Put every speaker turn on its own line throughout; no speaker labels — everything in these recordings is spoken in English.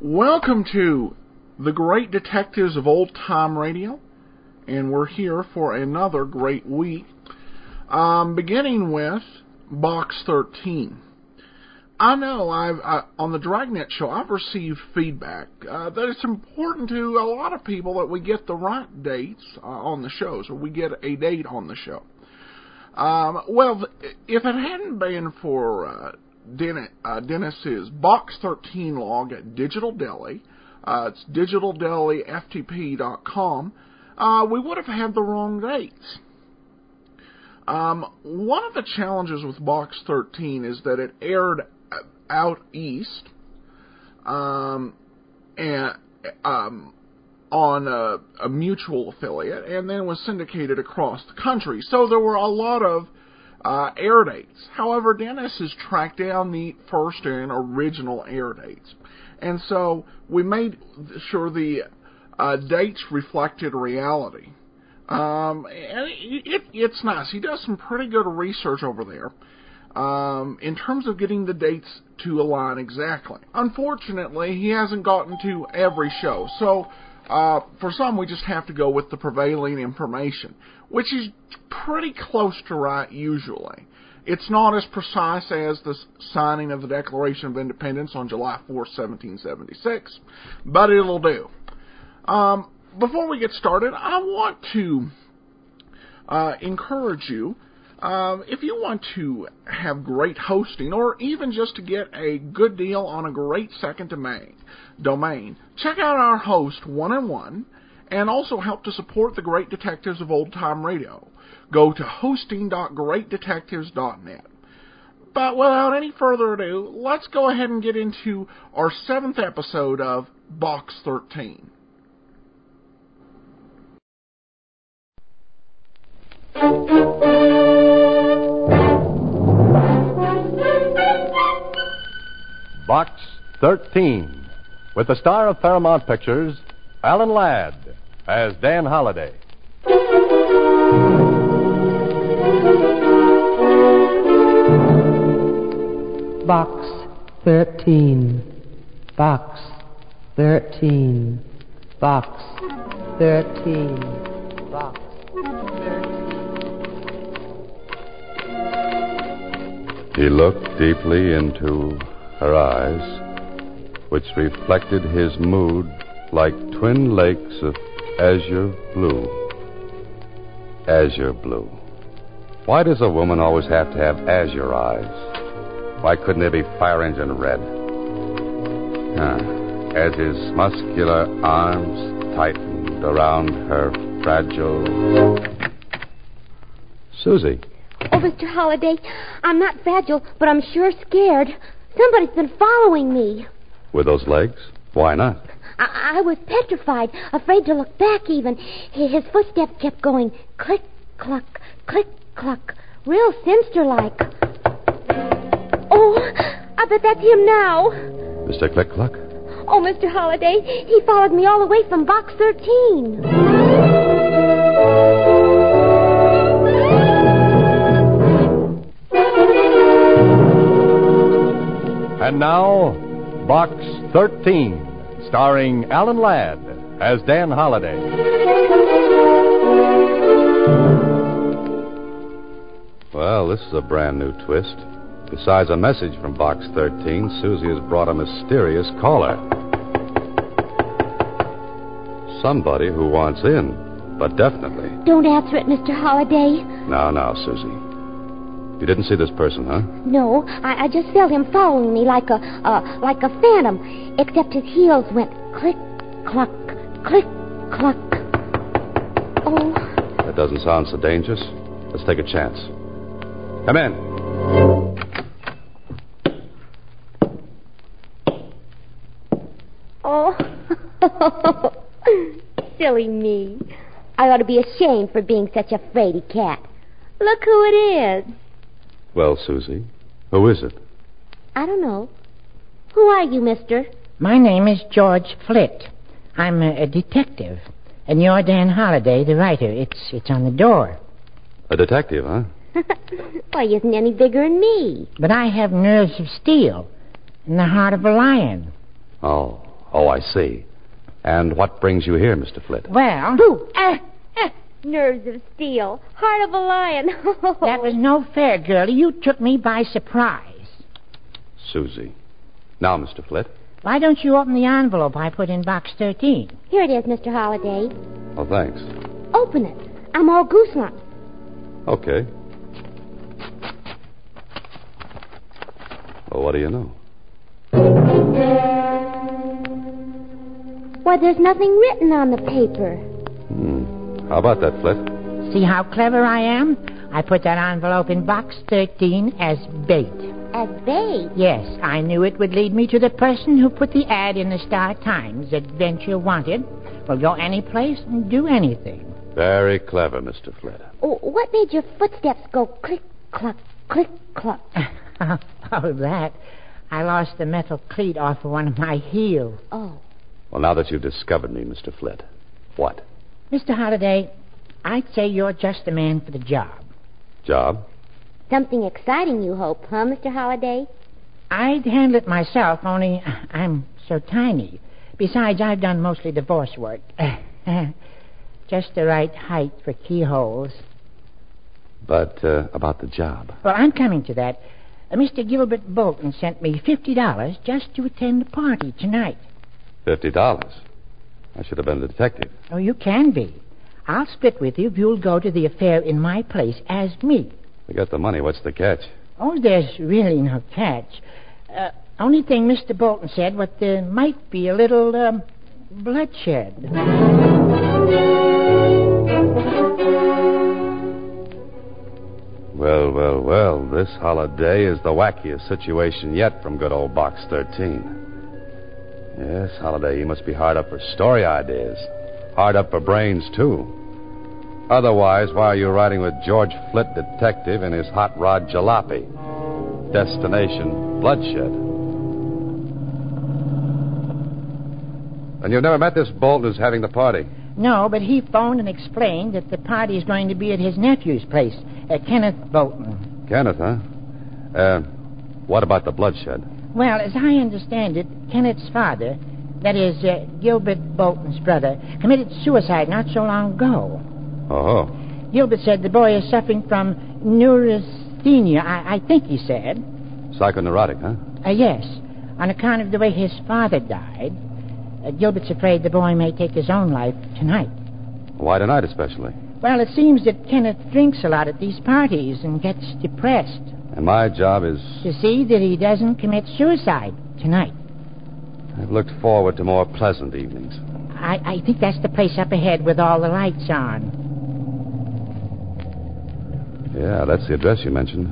Welcome to the Great Detectives of Old Time Radio, and we're here for another great week. Um, beginning with Box 13. I know I've I, on the Dragnet show I've received feedback uh, that it's important to a lot of people that we get the right dates uh, on the show, so we get a date on the show. Um, well, if it hadn't been for uh, Dennis, uh, Dennis's Box 13 log at Digital Deli, uh, it's digitaldelifftp.com, uh, we would have had the wrong dates. Um, one of the challenges with Box 13 is that it aired uh, out east um, and um, on a, a, mutual affiliate, and then was syndicated across the country. So there were a lot of uh, air dates. However, Dennis has tracked down the first and original air dates, and so we made sure the uh, dates reflected reality. Um, and it, it, it's nice. He does some pretty good research over there. Um, in terms of getting the dates to align exactly. Unfortunately, he hasn't gotten to every show, so uh, for some we just have to go with the prevailing information, which is pretty close to right usually. It's not as precise as the signing of the Declaration of Independence on July 4, 1776, but it'll do. Um, before we get started, I want to uh, encourage you um, if you want to have great hosting or even just to get a good deal on a great second domain, domain, check out our host one and one and also help to support the great detectives of old time radio. Go to hosting.greatdetectives.net. But without any further ado, let's go ahead and get into our seventh episode of Box 13.
Box 13, with the star of Paramount Pictures, Alan Ladd, as Dan Holliday.
Box 13, Box 13, Box 13, Box 13.
He looked deeply into her eyes, which reflected his mood like twin lakes of azure blue. Azure blue. Why does a woman always have to have azure eyes? Why couldn't they be fire engine red? Huh. As his muscular arms tightened around her fragile. Susie.
Oh, Mr. Holliday, I'm not fragile, but I'm sure scared. Somebody's been following me.
With those legs? Why not?
I, I, was petrified, afraid to look back even. His footsteps kept going click, cluck, click, cluck, real sinister like. Oh, I bet that's him now.
Mr. Click Cluck?
Oh, Mr. Holliday, he followed me all the way from box 13.
And now, Box 13, starring Alan Ladd as Dan Holliday.
Well, this is a brand new twist. Besides a message from Box 13, Susie has brought a mysterious caller. Somebody who wants in, but definitely.
Don't answer it, Mr. Holliday.
No, no, Susie. You didn't see this person, huh?
No, I, I just felt him following me like a uh, like a phantom, except his heels went click, cluck, click, cluck. Oh.
That doesn't sound so dangerous. Let's take a chance. Come in.
Oh, silly me! I ought to be ashamed for being such a fraidy cat. Look who it is.
Well, Susie, who is it?
I don't know. Who are you, mister?
My name is George Flitt. I'm a, a, detective. And you're Dan Holliday, the writer. It's, it's on the door.
A detective, huh?
Why, well, isn't any bigger than me.
But I have nerves of steel and the heart of a lion.
Oh, Oh, I see. And what brings you here, Mr. Flit?
Well, Eh,
Ah, ah, nerves of steel, heart of a lion.
that was no fair, girlie. You took me by surprise.
Susie. Now, Mr. Flit.
Why don't you open the envelope I put in box 13?
Here it is, Mr. Holliday.
Oh, thanks.
Open it. I'm all goosebumps.
Okay. Well, what do you know?
Why, there's nothing written on the paper.
Hmm. How about that, Flit?
See how clever I am? I put that envelope in box 13 as bait.
As bait.
Yes, I knew it would lead me to the person who put the ad in the Star Times that Venture wanted. Will go any place and do anything.
Very clever, Mr. Flit.
Oh, what made your footsteps go click, cluck, click, cluck?
oh, that. I lost the metal cleat off of one of my heels.
Oh,
Well, now that you've discovered me, Mr. Flit, what?
Mr. Holliday, I'd say you're just the man for the job.
Job?
something exciting, you hope, huh, Mr. Holliday?
I'd handle it myself, only I'm so tiny. Besides, I've done mostly divorce work. just the right height for keyholes.
But uh, about the job.
Well, I'm coming to that. Uh, Mr. Gilbert Bolton sent me $50 just to attend the party tonight.
Fifty dollars. I should have been a detective.
Oh, you can be. I'll split with you if you'll go to the affair in my place as me.
We got the money. What's the catch?
Oh, there's really no catch. Uh, only thing Mr. Bolton said was there might be a little um, bloodshed.
Well, well, well. This holiday is the wackiest situation yet from good old Box 13. Yes, Holiday, you must be hard up for story ideas. Hard up for brains, too. Otherwise, why are you riding with George Flit, detective, in his hot rod jalopy? Destination bloodshed. And you've never met this Bolton who's having the party.
No, but he phoned and explained that the party's going to be at his nephew's place, uh, Kenneth Bolton.
Kenneth, huh? Uh, what about the bloodshed?
Well, as I understand it, Kenneth's father, that is, uh, Gilbert Bolton's brother, committed suicide not so long ago.
Oh,
Gilbert said the boy is suffering from neurasthenia, I, I think he said.
psychoneurotic, huh?
Uh, yes, on account of the way his father died. Uh, Gilbert's afraid the boy may take his own life tonight.
Why tonight, especially?
Well, it seems that Kenneth drinks a lot at these parties and gets depressed.
And my job is.
To see that he doesn't commit suicide tonight.
I've looked forward to more pleasant evenings.
I, I think that's the place up ahead with all the lights on.
Yeah, that's the address you mentioned.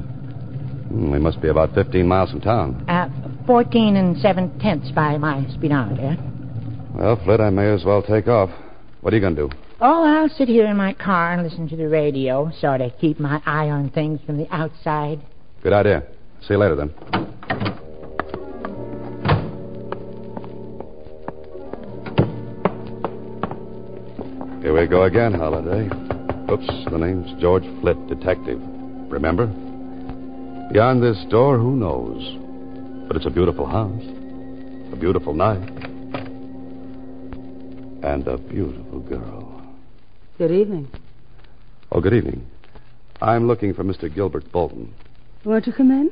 Hmm, we must be about 15 miles from town.
Uh, 14 and 7 tenths by my speedometer.
Well, Flit, I may as well take off. What are you going to do?
Oh, I'll sit here in my car and listen to the radio, sort of keep my eye on things from the outside.
Good idea. See you later, then. Here we go again, Holiday. Oops, the name's George Flit, detective. Remember? Beyond this door, who knows? But it's a beautiful house, a beautiful night, and a beautiful girl.
Good evening.
Oh, good evening. I'm looking for Mr. Gilbert Bolton.
Won't you come in?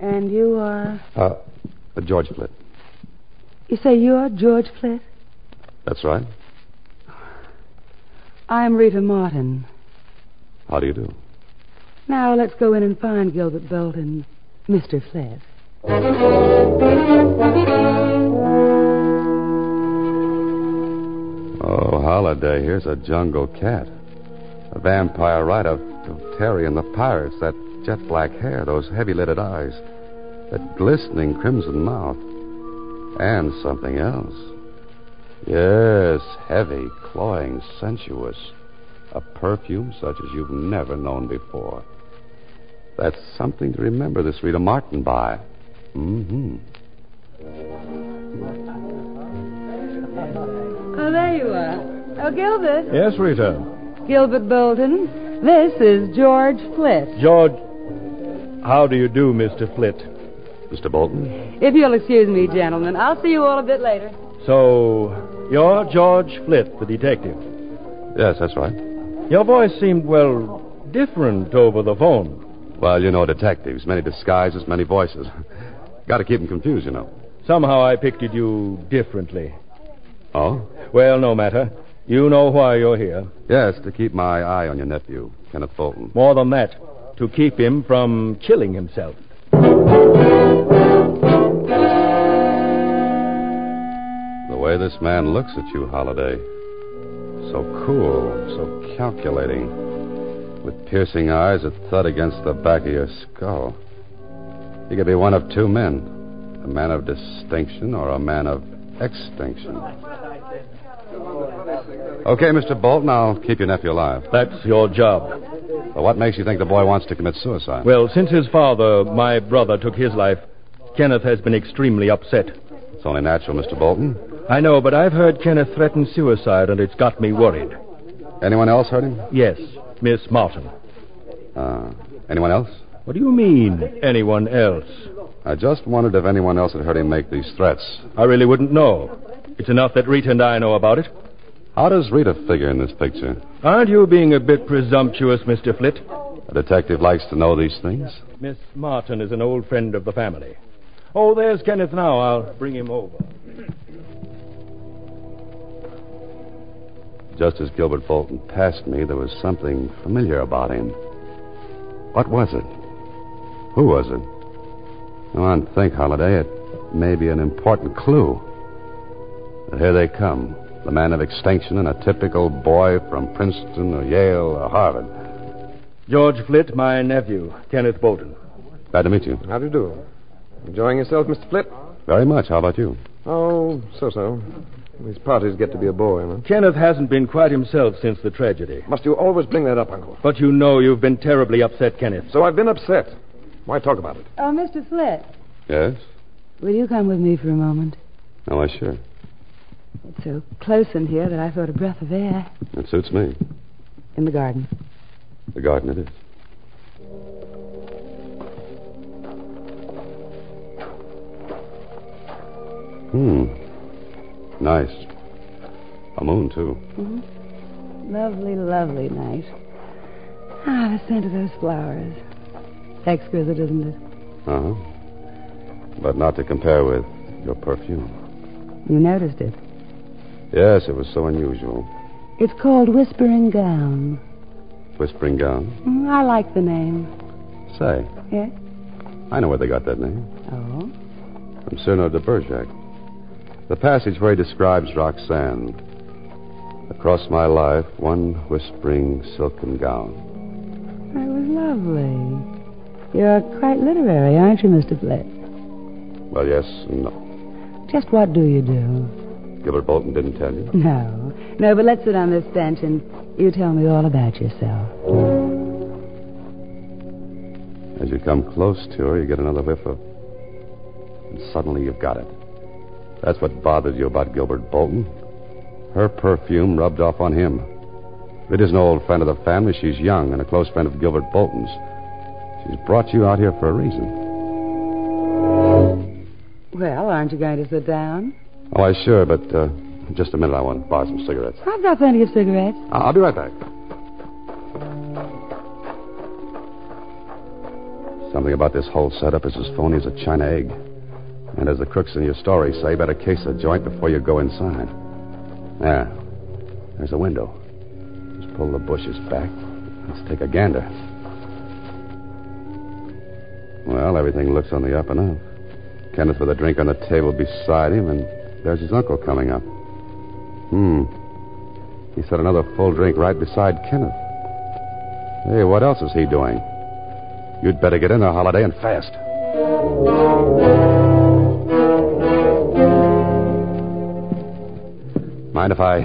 And you are.
Uh, George Flit.
You say you're George Flitt?
That's right.
I'm Rita Martin.
How do you do?
Now let's go in and find Gilbert Bolton, Mr. Flitt.
Oh, Holiday, here's a jungle cat. A vampire right up to Terry and the pirates. That jet black hair, those heavy lidded eyes, that glistening crimson mouth, and something else. Yes, heavy, clawing, sensuous. A perfume such as you've never known before. That's something to remember this Rita Martin by. Mm hmm.
Oh, there you are. Oh, Gilbert.
Yes, Rita.
Gilbert Bolton. This is George Flitt.
George, how do you do, Mr. Flit?
Mr. Bolton?
If you'll excuse me, gentlemen, I'll see you all a bit later.
So, you're George Flitt, the detective.
Yes, that's right.
Your voice seemed, well, different over the phone.
Well, you know detectives. Many disguises, many voices. Got to keep them confused, you know.
Somehow I pictured you differently.
Oh?
Well, no matter. You know why you're here.
Yes, to keep my eye on your nephew, Kenneth Fulton.
More than that, to keep him from killing himself.
The way this man looks at you, Holiday. So cool, so calculating. With piercing eyes that thud against the back of your skull. He could be one of two men a man of distinction or a man of extinction. Okay, Mr. Bolton, I'll keep your nephew alive.
That's your job.
But what makes you think the boy wants to commit suicide?
Well, since his father, my brother, took his life, Kenneth has been extremely upset.
it's only natural, Mr. Bolton.
I know, but I've heard Kenneth threaten suicide, and it's got me worried.
Anyone else hurt him?
Yes, Miss Martin.
Uh, anyone else?
What do you mean, anyone else?
I just wondered if anyone else had heard him make these threats.
I really wouldn't know. It's enough that Rita and I know about it.
How does Rita figure in this picture?
Aren't you being a bit presumptuous, Mr. Flitt?
A detective likes to know these things.
Miss Martin is an old friend of the family. Oh, there's Kenneth now. I'll bring him over.
Just as Gilbert Fulton passed me, there was something familiar about him. What was it? Who was it? Come on, think, Holiday. It may be an important clue. But here they come. The man of extinction and a typical boy from Princeton or Yale or Harvard.
George Flitt, my nephew, Kenneth Bolton.
Glad to meet you.
How do you do? Enjoying yourself, Mr. Flip?
Very much. How about you?
Oh, so so. These parties get to be a bore, you know.
Kenneth hasn't been quite himself since the tragedy.
Hmm? Must you always bring that up, Uncle?
But you know you've been terribly upset, Kenneth.
So I've been upset. Why talk about it?
Oh, Mr. Flitt,
Yes?
will you come with me for a moment?
Oh, I sure.
It's so close in here that I felt a breath of air.
It suits me.
In the garden.
The garden it is. Hmm. Nice. A moon, too.
Lovely, lovely night. Ah, the scent of those flowers. Exquisite, isn't it?
Uh huh. But not to compare with your perfume.
You noticed it.
Yes, it was so unusual.
It's called Whispering Gown.
Whispering gown.
Mm, I like the name.
Say,
Yes?
I know where they got that name.
Oh?
From Cyrano de Bergerac. The passage where he describes Roxanne. Across my life, one whispering silken gown.
That was lovely. You're quite literary, aren't you, Mr. Flitt?
Well, yes and no.
Just what do you do?
Gilbert Bolton didn't tell
Mm.
you.
No. No, but let's sit on this bench and you tell me all about yourself.
As you come close to her, you get another whiff of. And suddenly you've got it. That's what bothered you about Gilbert Bolton. Her perfume rubbed off on him. Rita's an old friend of the family. She's young and a close friend of Gilbert Bolton's. She's brought you out here for a reason.
Well, aren't you going to sit down?
Oh, I sure, but uh, just a minute. I want to buy some cigarettes.
I've got plenty of cigarettes.
I- I'll be right back. Something about this whole setup is as phony as a china egg. And as the crooks in your story say, better case the joint before you go inside. There. There's a window. Just pull the bushes back. Let's take a gander. Well, everything looks on the up and up. Kenneth with a drink on the table beside him, and there's his uncle coming up. Hmm. He set another full drink right beside Kenneth. Hey, what else is he doing? You'd better get in there, Holiday, and fast. Mind if I,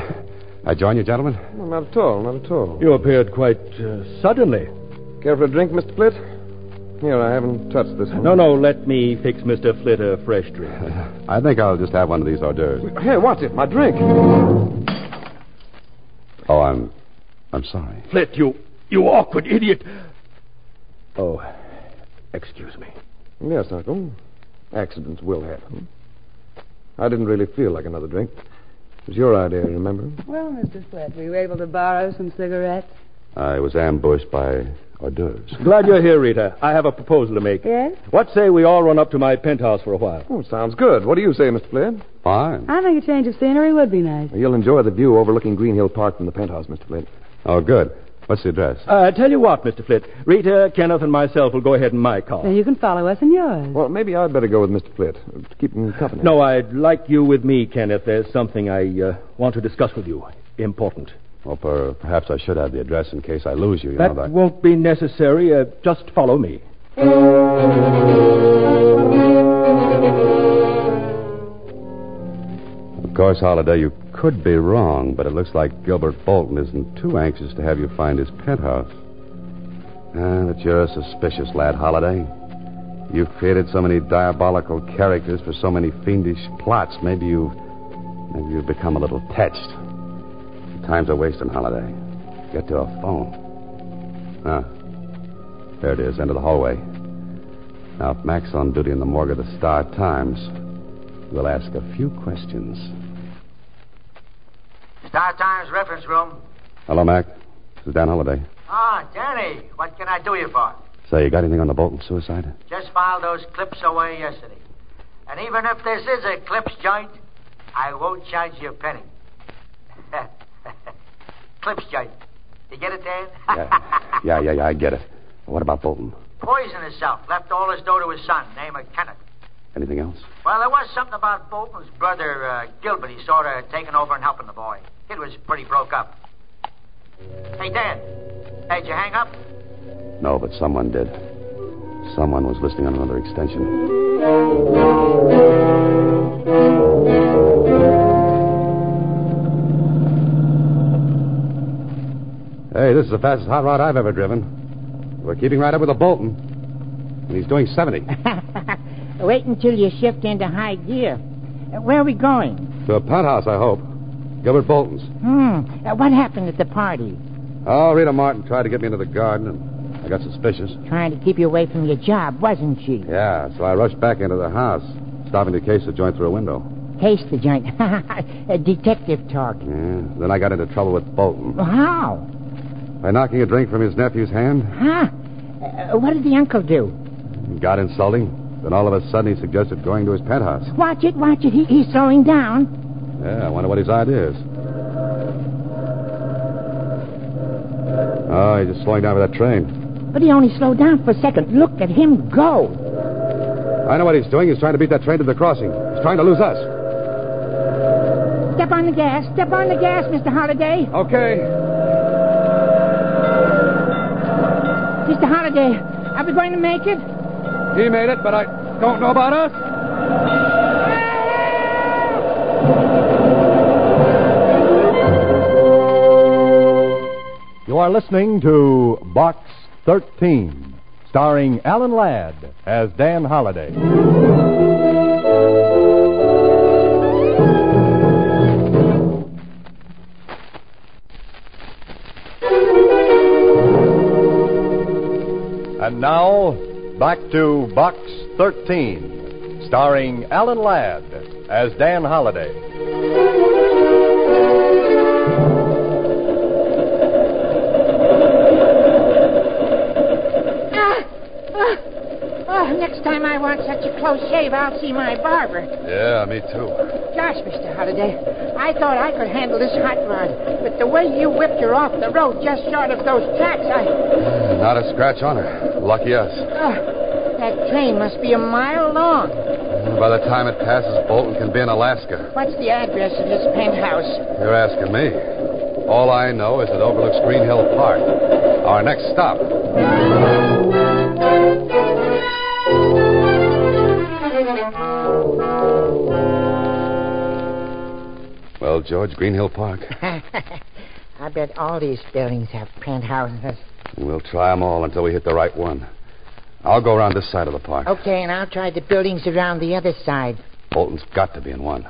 I join you, gentlemen?
Well, not at all, not at all.
You appeared quite uh, suddenly.
Care for a drink, Mr. Flitt? Here, I haven't touched this one.
No, no, let me fix Mr. Flitt a fresh drink.
I think I'll just have one of these hors d'oeuvres.
Hey, what's it? My drink.
Oh, I'm, I'm sorry.
Flitt, you, you awkward idiot. Oh, excuse me.
Yes, Uncle. Accidents will happen. I didn't really feel like another drink. It was your idea, remember?
Well, Mr. Sweat, were you able to borrow some cigarettes?
I was ambushed by hors d'oeuvres.
Glad you're here, Rita. I have a proposal to make.
Yes?
What say we all run up to my penthouse for a while?
Oh, sounds good. What do you say, Mr. Flint?
Fine.
I think a change of scenery would be nice.
You'll enjoy the view overlooking Green Hill Park from the penthouse, Mr. Flint.
Oh, good. What's the address?
Uh, tell you what, Mr. Flit. Rita, Kenneth, and myself will go ahead in my car.
Then you can follow us in yours.
Well, maybe I'd better go with Mr. Flint to keep him company.
No, I'd like you with me, Kenneth. There's something I uh, want to discuss with you. Important.
Well, per- perhaps I should have the address in case I lose you. you
that,
know that.
won't be necessary. Uh, just follow me.
Of course, Holiday, you could be wrong, but it looks like Gilbert Bolton isn't too anxious to have you find his penthouse. Ah, but you're a suspicious lad, Holiday. You've created so many diabolical characters for so many fiendish plots. Maybe you've, maybe you've become a little touched. Time's a wasting, Holiday. Get to a phone. Ah, there it is, end of the hallway. Now, if Mac's on duty in the morgue of the Star Times, we'll ask a few questions.
Star Times reference room.
Hello, Mac. This is Dan Holliday.
Ah, Danny, what can I do you for?
Say, you got anything on the Bolton suicide?
Just filed those clips away yesterday. And even if this is a clips joint, I won't charge you a penny. clips joint. You get it, Dan?
yeah, yeah, yeah, I get it. What about Bolton?
Poisoned himself. Left all his dough to his son, named Kenneth.
Anything else?
Well, there was something about Bolton's brother, uh, Gilbert. He sort of taking over and helping the boy. It was pretty broke up. Hey, Dan. Hey, did you hang up?
No, but someone did. Someone was listening on another extension. Hey, this is the fastest hot rod I've ever driven. We're keeping right up with the Bolton. And he's doing 70
Wait until you shift into high gear. Uh, where are we going?
to a penthouse, I hope. Gilbert Bolton's.
Hmm. Uh, what happened at the party?
Oh, Rita Martin tried to get me into the garden, and I got suspicious.
Trying to keep you away from your job, wasn't she?
Yeah, so I rushed back into the house, stopping to case the joint through a window.
Case the joint. Uh, Detective talk.
Yeah, then I got into trouble with Bolton
Well, How?
by knocking a drink from his nephew's hand.
Huh? Uh, what did the uncle do?
Got insulting. Then all of a sudden he suggested going to his penthouse.
Watch it, watch it. He, he's slowing down.
Yeah, I wonder what his idea is. Oh, he's just slowing down for that train.
But he only slowed down for a second. Look at him go.
I know what he's doing. He's trying to beat that train to the crossing. He's trying to lose us.
Step on the gas. Step on the gas, Mr. Holliday.
Okay.
Mr. Holliday, are we going to make it?
He made it, but I don't know about us.
You are listening to Box 13, starring Alan Ladd as Dan Holliday. And now, back to Box 13, starring Alan Ladd as Dan Holliday.
Oh, Ah, next time I want such a close shave, I'll see my barber.
Yeah, me too.
Gosh, Mr. Holliday, I thought I could handle this hot rod, but the way you whipped her off the road just short of those tracks, I.
Not a scratch on her. Lucky us.
Oh, that train must be a mile long.
By the time it passes, Bolton can be in Alaska.
What's the address of his penthouse?
You're asking me. All I know is it overlooks Green Hill Park. Our next stop. Well, George, Green Hill Park.
I bet all these buildings have penthouses.
We'll try 'em all until we hit the right one. I'll go around this side of the park.
Okay, and I'll try the buildings around the other side.
Bolton's got to be in one.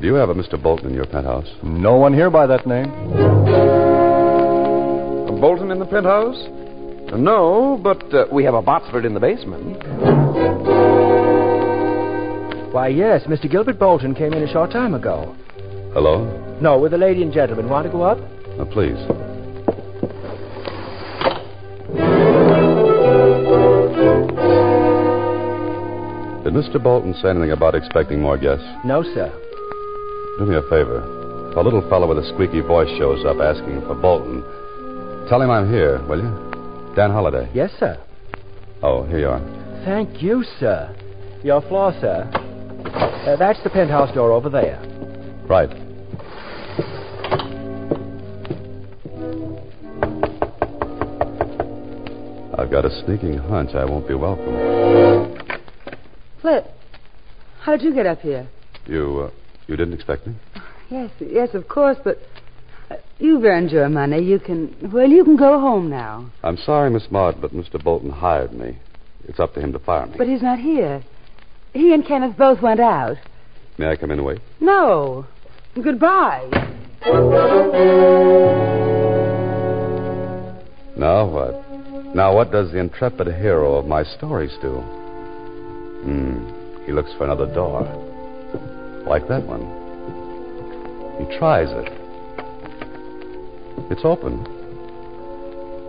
Do you have a Mr. Bolton in your penthouse?
No one here by that name.
A Bolton in the penthouse? No, but uh, we have a Botsford in the basement.
Why, yes, Mr. Gilbert Bolton came in a short time ago.
Hello?
No, with a lady and gentleman. Want to go up?
Uh, please. Did Mr. Bolton say anything about expecting more guests?
No, sir.
Do me a favor. If a little fellow with a squeaky voice shows up asking for Bolton, tell him I'm here, will you? Dan Holliday.
Yes, sir.
Oh, here you are.
Thank you, sir. Your floor, sir. Uh, that's the penthouse door over there.
Right. I've got a sneaking hunch I won't be welcome.
Flip, how'd you get up here?
You, uh, you didn't expect me?
Yes, yes, of course, but uh, you've earned your money. You can, well, you can go home now.
I'm sorry, Miss Maud, but Mr. Bolton hired me. It's up to him to fire me.
But he's not here. He and Kenneth both went out.
May I come in and wait?
No. Goodbye.
Now what? Now what does the intrepid hero of my stories do? Hmm, he looks for another door. Like that one. He tries it. It's open.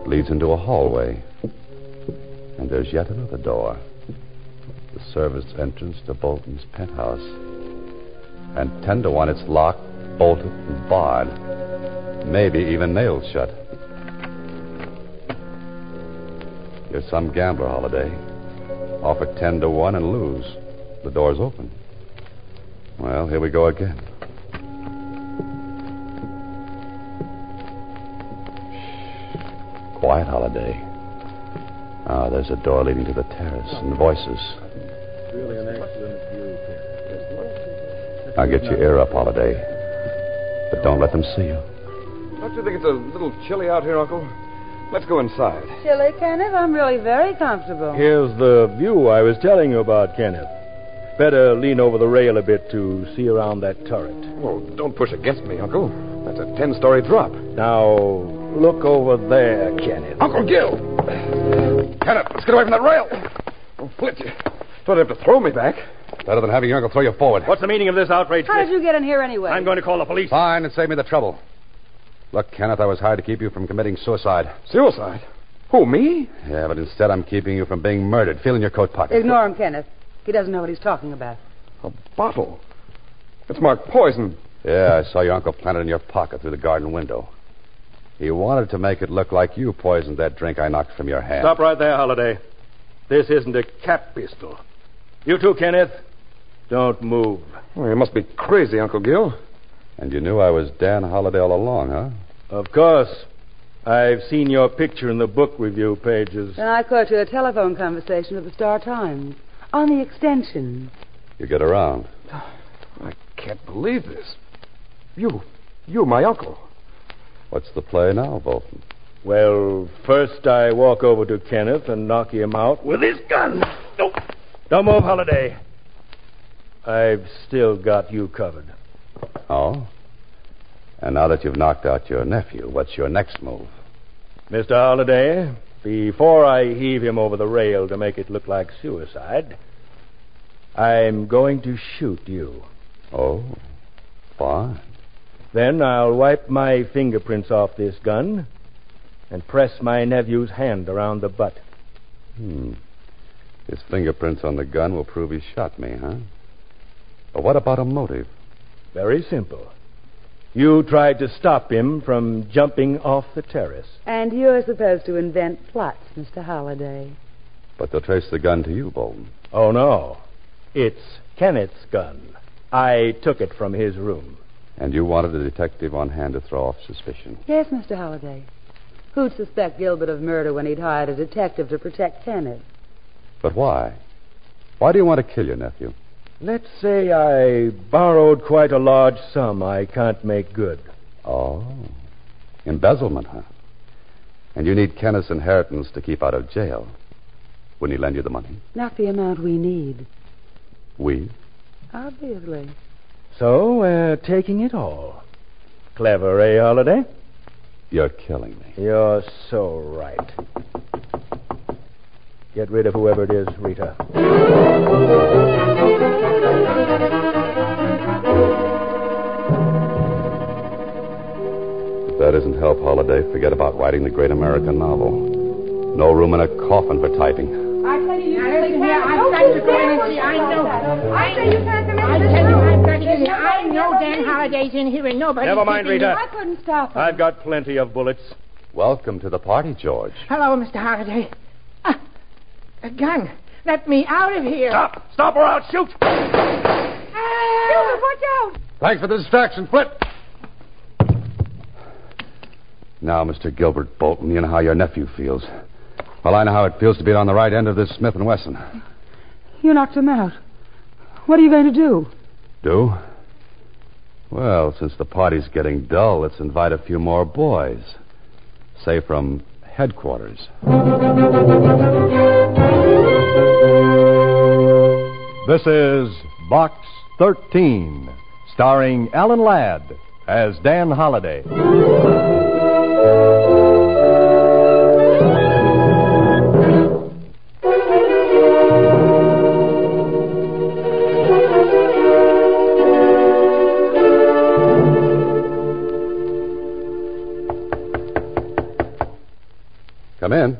Leads into a hallway. And there's yet another door. The service entrance to Bolton's penthouse. And ten to one it's locked, bolted, and barred. Maybe even nailed shut. You're some gambler, Holiday. Offer ten to one and lose. The door's open. Well, here we go again. Quiet holiday. Ah, there's a door leading to the terrace and voices.
Really an excellent view,
Now get your ear up, Holiday. But don't let them see you.
Don't you think it's a little chilly out here, Uncle? Let's go inside.
Chilly, Kenneth. I'm really very comfortable.
Here's the view I was telling you about, Kenneth. Better lean over the rail a bit to see around that turret.
Well, Oh, don't push against me, Uncle. That's a ten-story drop.
Now, look over there, Kenneth.
Uncle Gil! Kenneth, let's get away from that rail! Oh, Flint, you don't have to throw me back.
Better than having your uncle throw you forward.
What's the meaning of this outrage,
How did you get in here anyway?
I'm going to call the police.
Fine, and save me the trouble. Look, Kenneth, I was hired to keep you from committing suicide.
Suicide? Who, me?
Yeah, but instead I'm keeping you from being murdered. Feel in your coat pocket.
Ignore him, Kenneth. He doesn't know what he's talking about.
A bottle. It's marked poison.
Yeah, I saw your uncle plant it in your pocket through the garden window. He wanted to make it look like you poisoned that drink I knocked from your hand.
Stop right there, Holiday. This isn't a cap pistol. You too, Kenneth. Don't move.
Well, you must be crazy, Uncle Gil.
And you knew I was Dan Holliday all along, huh?
Of course. I've seen your picture in the book review pages.
Then I caught you a telephone conversation with the Star Times on the extension.
You get around.
I can't believe this. You, you, my uncle.
What's the play now, Bolton?
Well, first I walk over to Kenneth and knock him out with his gun. Nope. Don't move, Holiday. I've still got you covered.
Oh? And now that you've knocked out your nephew, what's your next move?
Mr. Holliday, before I heave him over the rail to make it look like suicide, I'm going to shoot you.
Oh, fine.
Then I'll wipe my fingerprints off this gun and press my nephew's hand around the butt.
Hmm. His fingerprints on the gun will prove he shot me, huh? But what about a motive?
Very simple. You tried to stop him from jumping off the terrace.
And you're supposed to invent plots, Mr. Holliday.
But they'll trace the gun to you, Bolton.
Oh, no. It's Kenneth's gun. I took it from his room.
And you wanted a detective on hand to throw off suspicion.
Yes, Mr. Holliday. Who'd suspect Gilbert of murder when he'd hired a detective to protect Kenneth?
But why? Why do you want to kill your nephew?
Let's say I borrowed quite a large sum I can't make good.
Oh. Embezzlement, huh? And you need Kenneth's inheritance to keep out of jail. Wouldn't he lend you the money?
Not the amount we need.
We?
Obviously.
So we're taking it all. Clever, eh, Holiday?
You're killing me.
You're so right. Get rid of whoever it is, Rita.
If that doesn't help Holiday, forget about writing the great American novel. No room in a coffin for typing.
I tell you, you
Now, listen here, I've got to go in and see. I know.
I say you can't come
I
into this
tell you,
room.
I've got to
There's
get in. I
nobody
know
ever
Dan
leaves.
Holliday's in here and nobody's.
Never mind,
keeping him.
Rita. I
couldn't stop
I've got plenty of bullets.
Welcome to the party, George.
Hello, Mr. Holliday. Ah, a gun. Let me out of here.
Stop! Stop or I'll shoot!
Silver, watch out!
Thanks for the distraction, Flip. Now, Mr. Gilbert Bolton, you know how your nephew feels. Well, I know how it feels to be on the right end of this Smith and Wesson.
You knocked him out. What are you going to do?
Do? Well, since the party's getting dull, let's invite a few more boys. Say from headquarters.
This is Box 13, starring Alan Ladd as Dan Holliday.
Come in.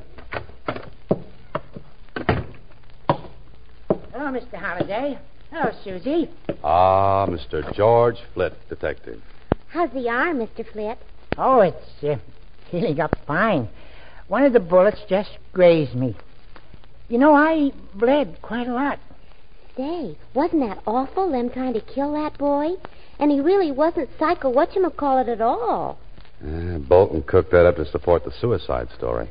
Hello, Mr. Holliday. Hello, Susie.
Ah, Mr. George Flitt, detective.
How's the arm, Mr. Flint?
Oh, it's uh, healing up fine. One of the bullets just grazed me. You know, I bled quite a lot.
Say, wasn't that awful, them trying to kill that boy? And he really wasn't psycho whatchamacallit at all.
Eh, Bolton cooked that up to support the suicide story.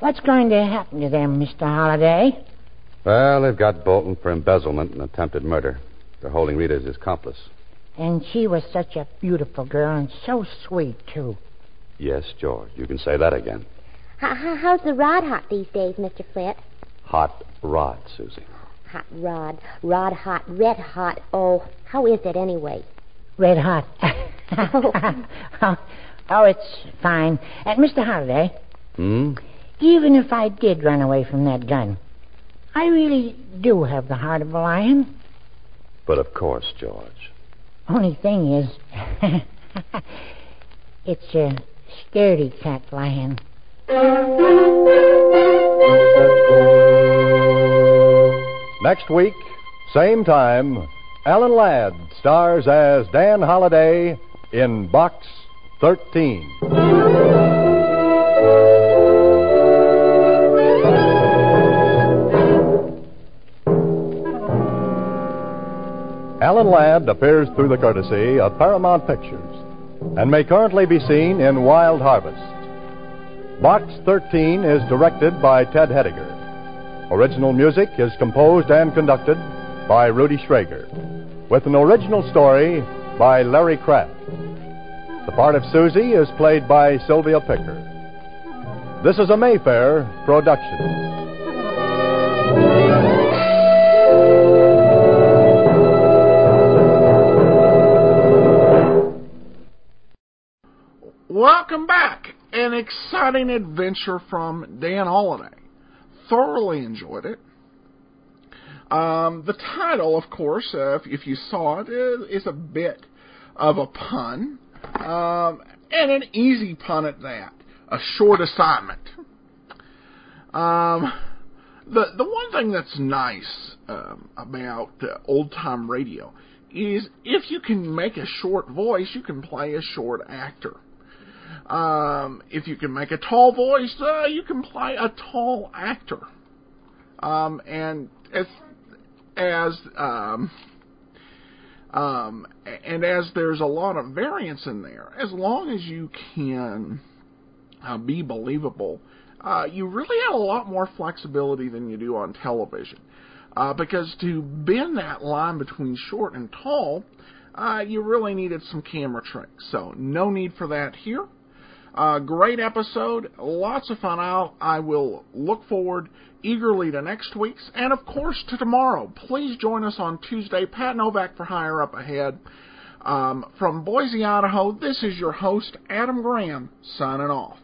What's going to happen to them, Mr. Holliday?
Well, they've got Bolton for embezzlement and attempted murder. They're holding Rita as his accomplice.
And she was such a beautiful girl and so sweet, too.
Yes, George, you can say that again.
How, how, how's the rod hot these days, Mr. Flint?
Hot rod, Susie.
Hot rod, rod hot, red hot. Oh, how is it anyway?
Red hot. oh, oh, it's fine. And Mr. Holliday,
Hmm?
even if I did run away from that gun, I really do have the heart of a lion.
But of course, George.
Only thing is, it's a scaredy cat lion.
Next week, same time, Alan Ladd stars as Dan Holliday in Box 13. Alan Ladd appears through the courtesy of Paramount Pictures and may currently be seen in Wild Harvest. Box 13 is directed by Ted Hediger. Original music is composed and conducted by Rudy Schrager, with an original story by Larry Kraft. The part of Susie is played by Sylvia Picker. This is a Mayfair production.
Welcome back. An exciting adventure from Dan Holliday. Thoroughly enjoyed it. Um, the title, of course, uh, if, if you saw it, is, is a bit of a pun, um, and an easy pun at that. A short assignment. Um, the the one thing that's nice um, about uh, old time radio is if you can make a short voice, you can play a short actor. Um, if you can make a tall voice, uh, you can play a tall actor. Um, and as as um, um, and as there's a lot of variance in there, as long as you can uh, be believable, uh, you really have a lot more flexibility than you do on television. Uh, because to bend that line between short and tall, uh, you really needed some camera tricks. So no need for that here. Uh, great episode, lots of fun. I'll, I will look forward eagerly to next week's and, of course, to tomorrow. Please join us on Tuesday. Pat Novak for Higher Up Ahead. Um, from Boise, Idaho, this is your host, Adam Graham, signing off.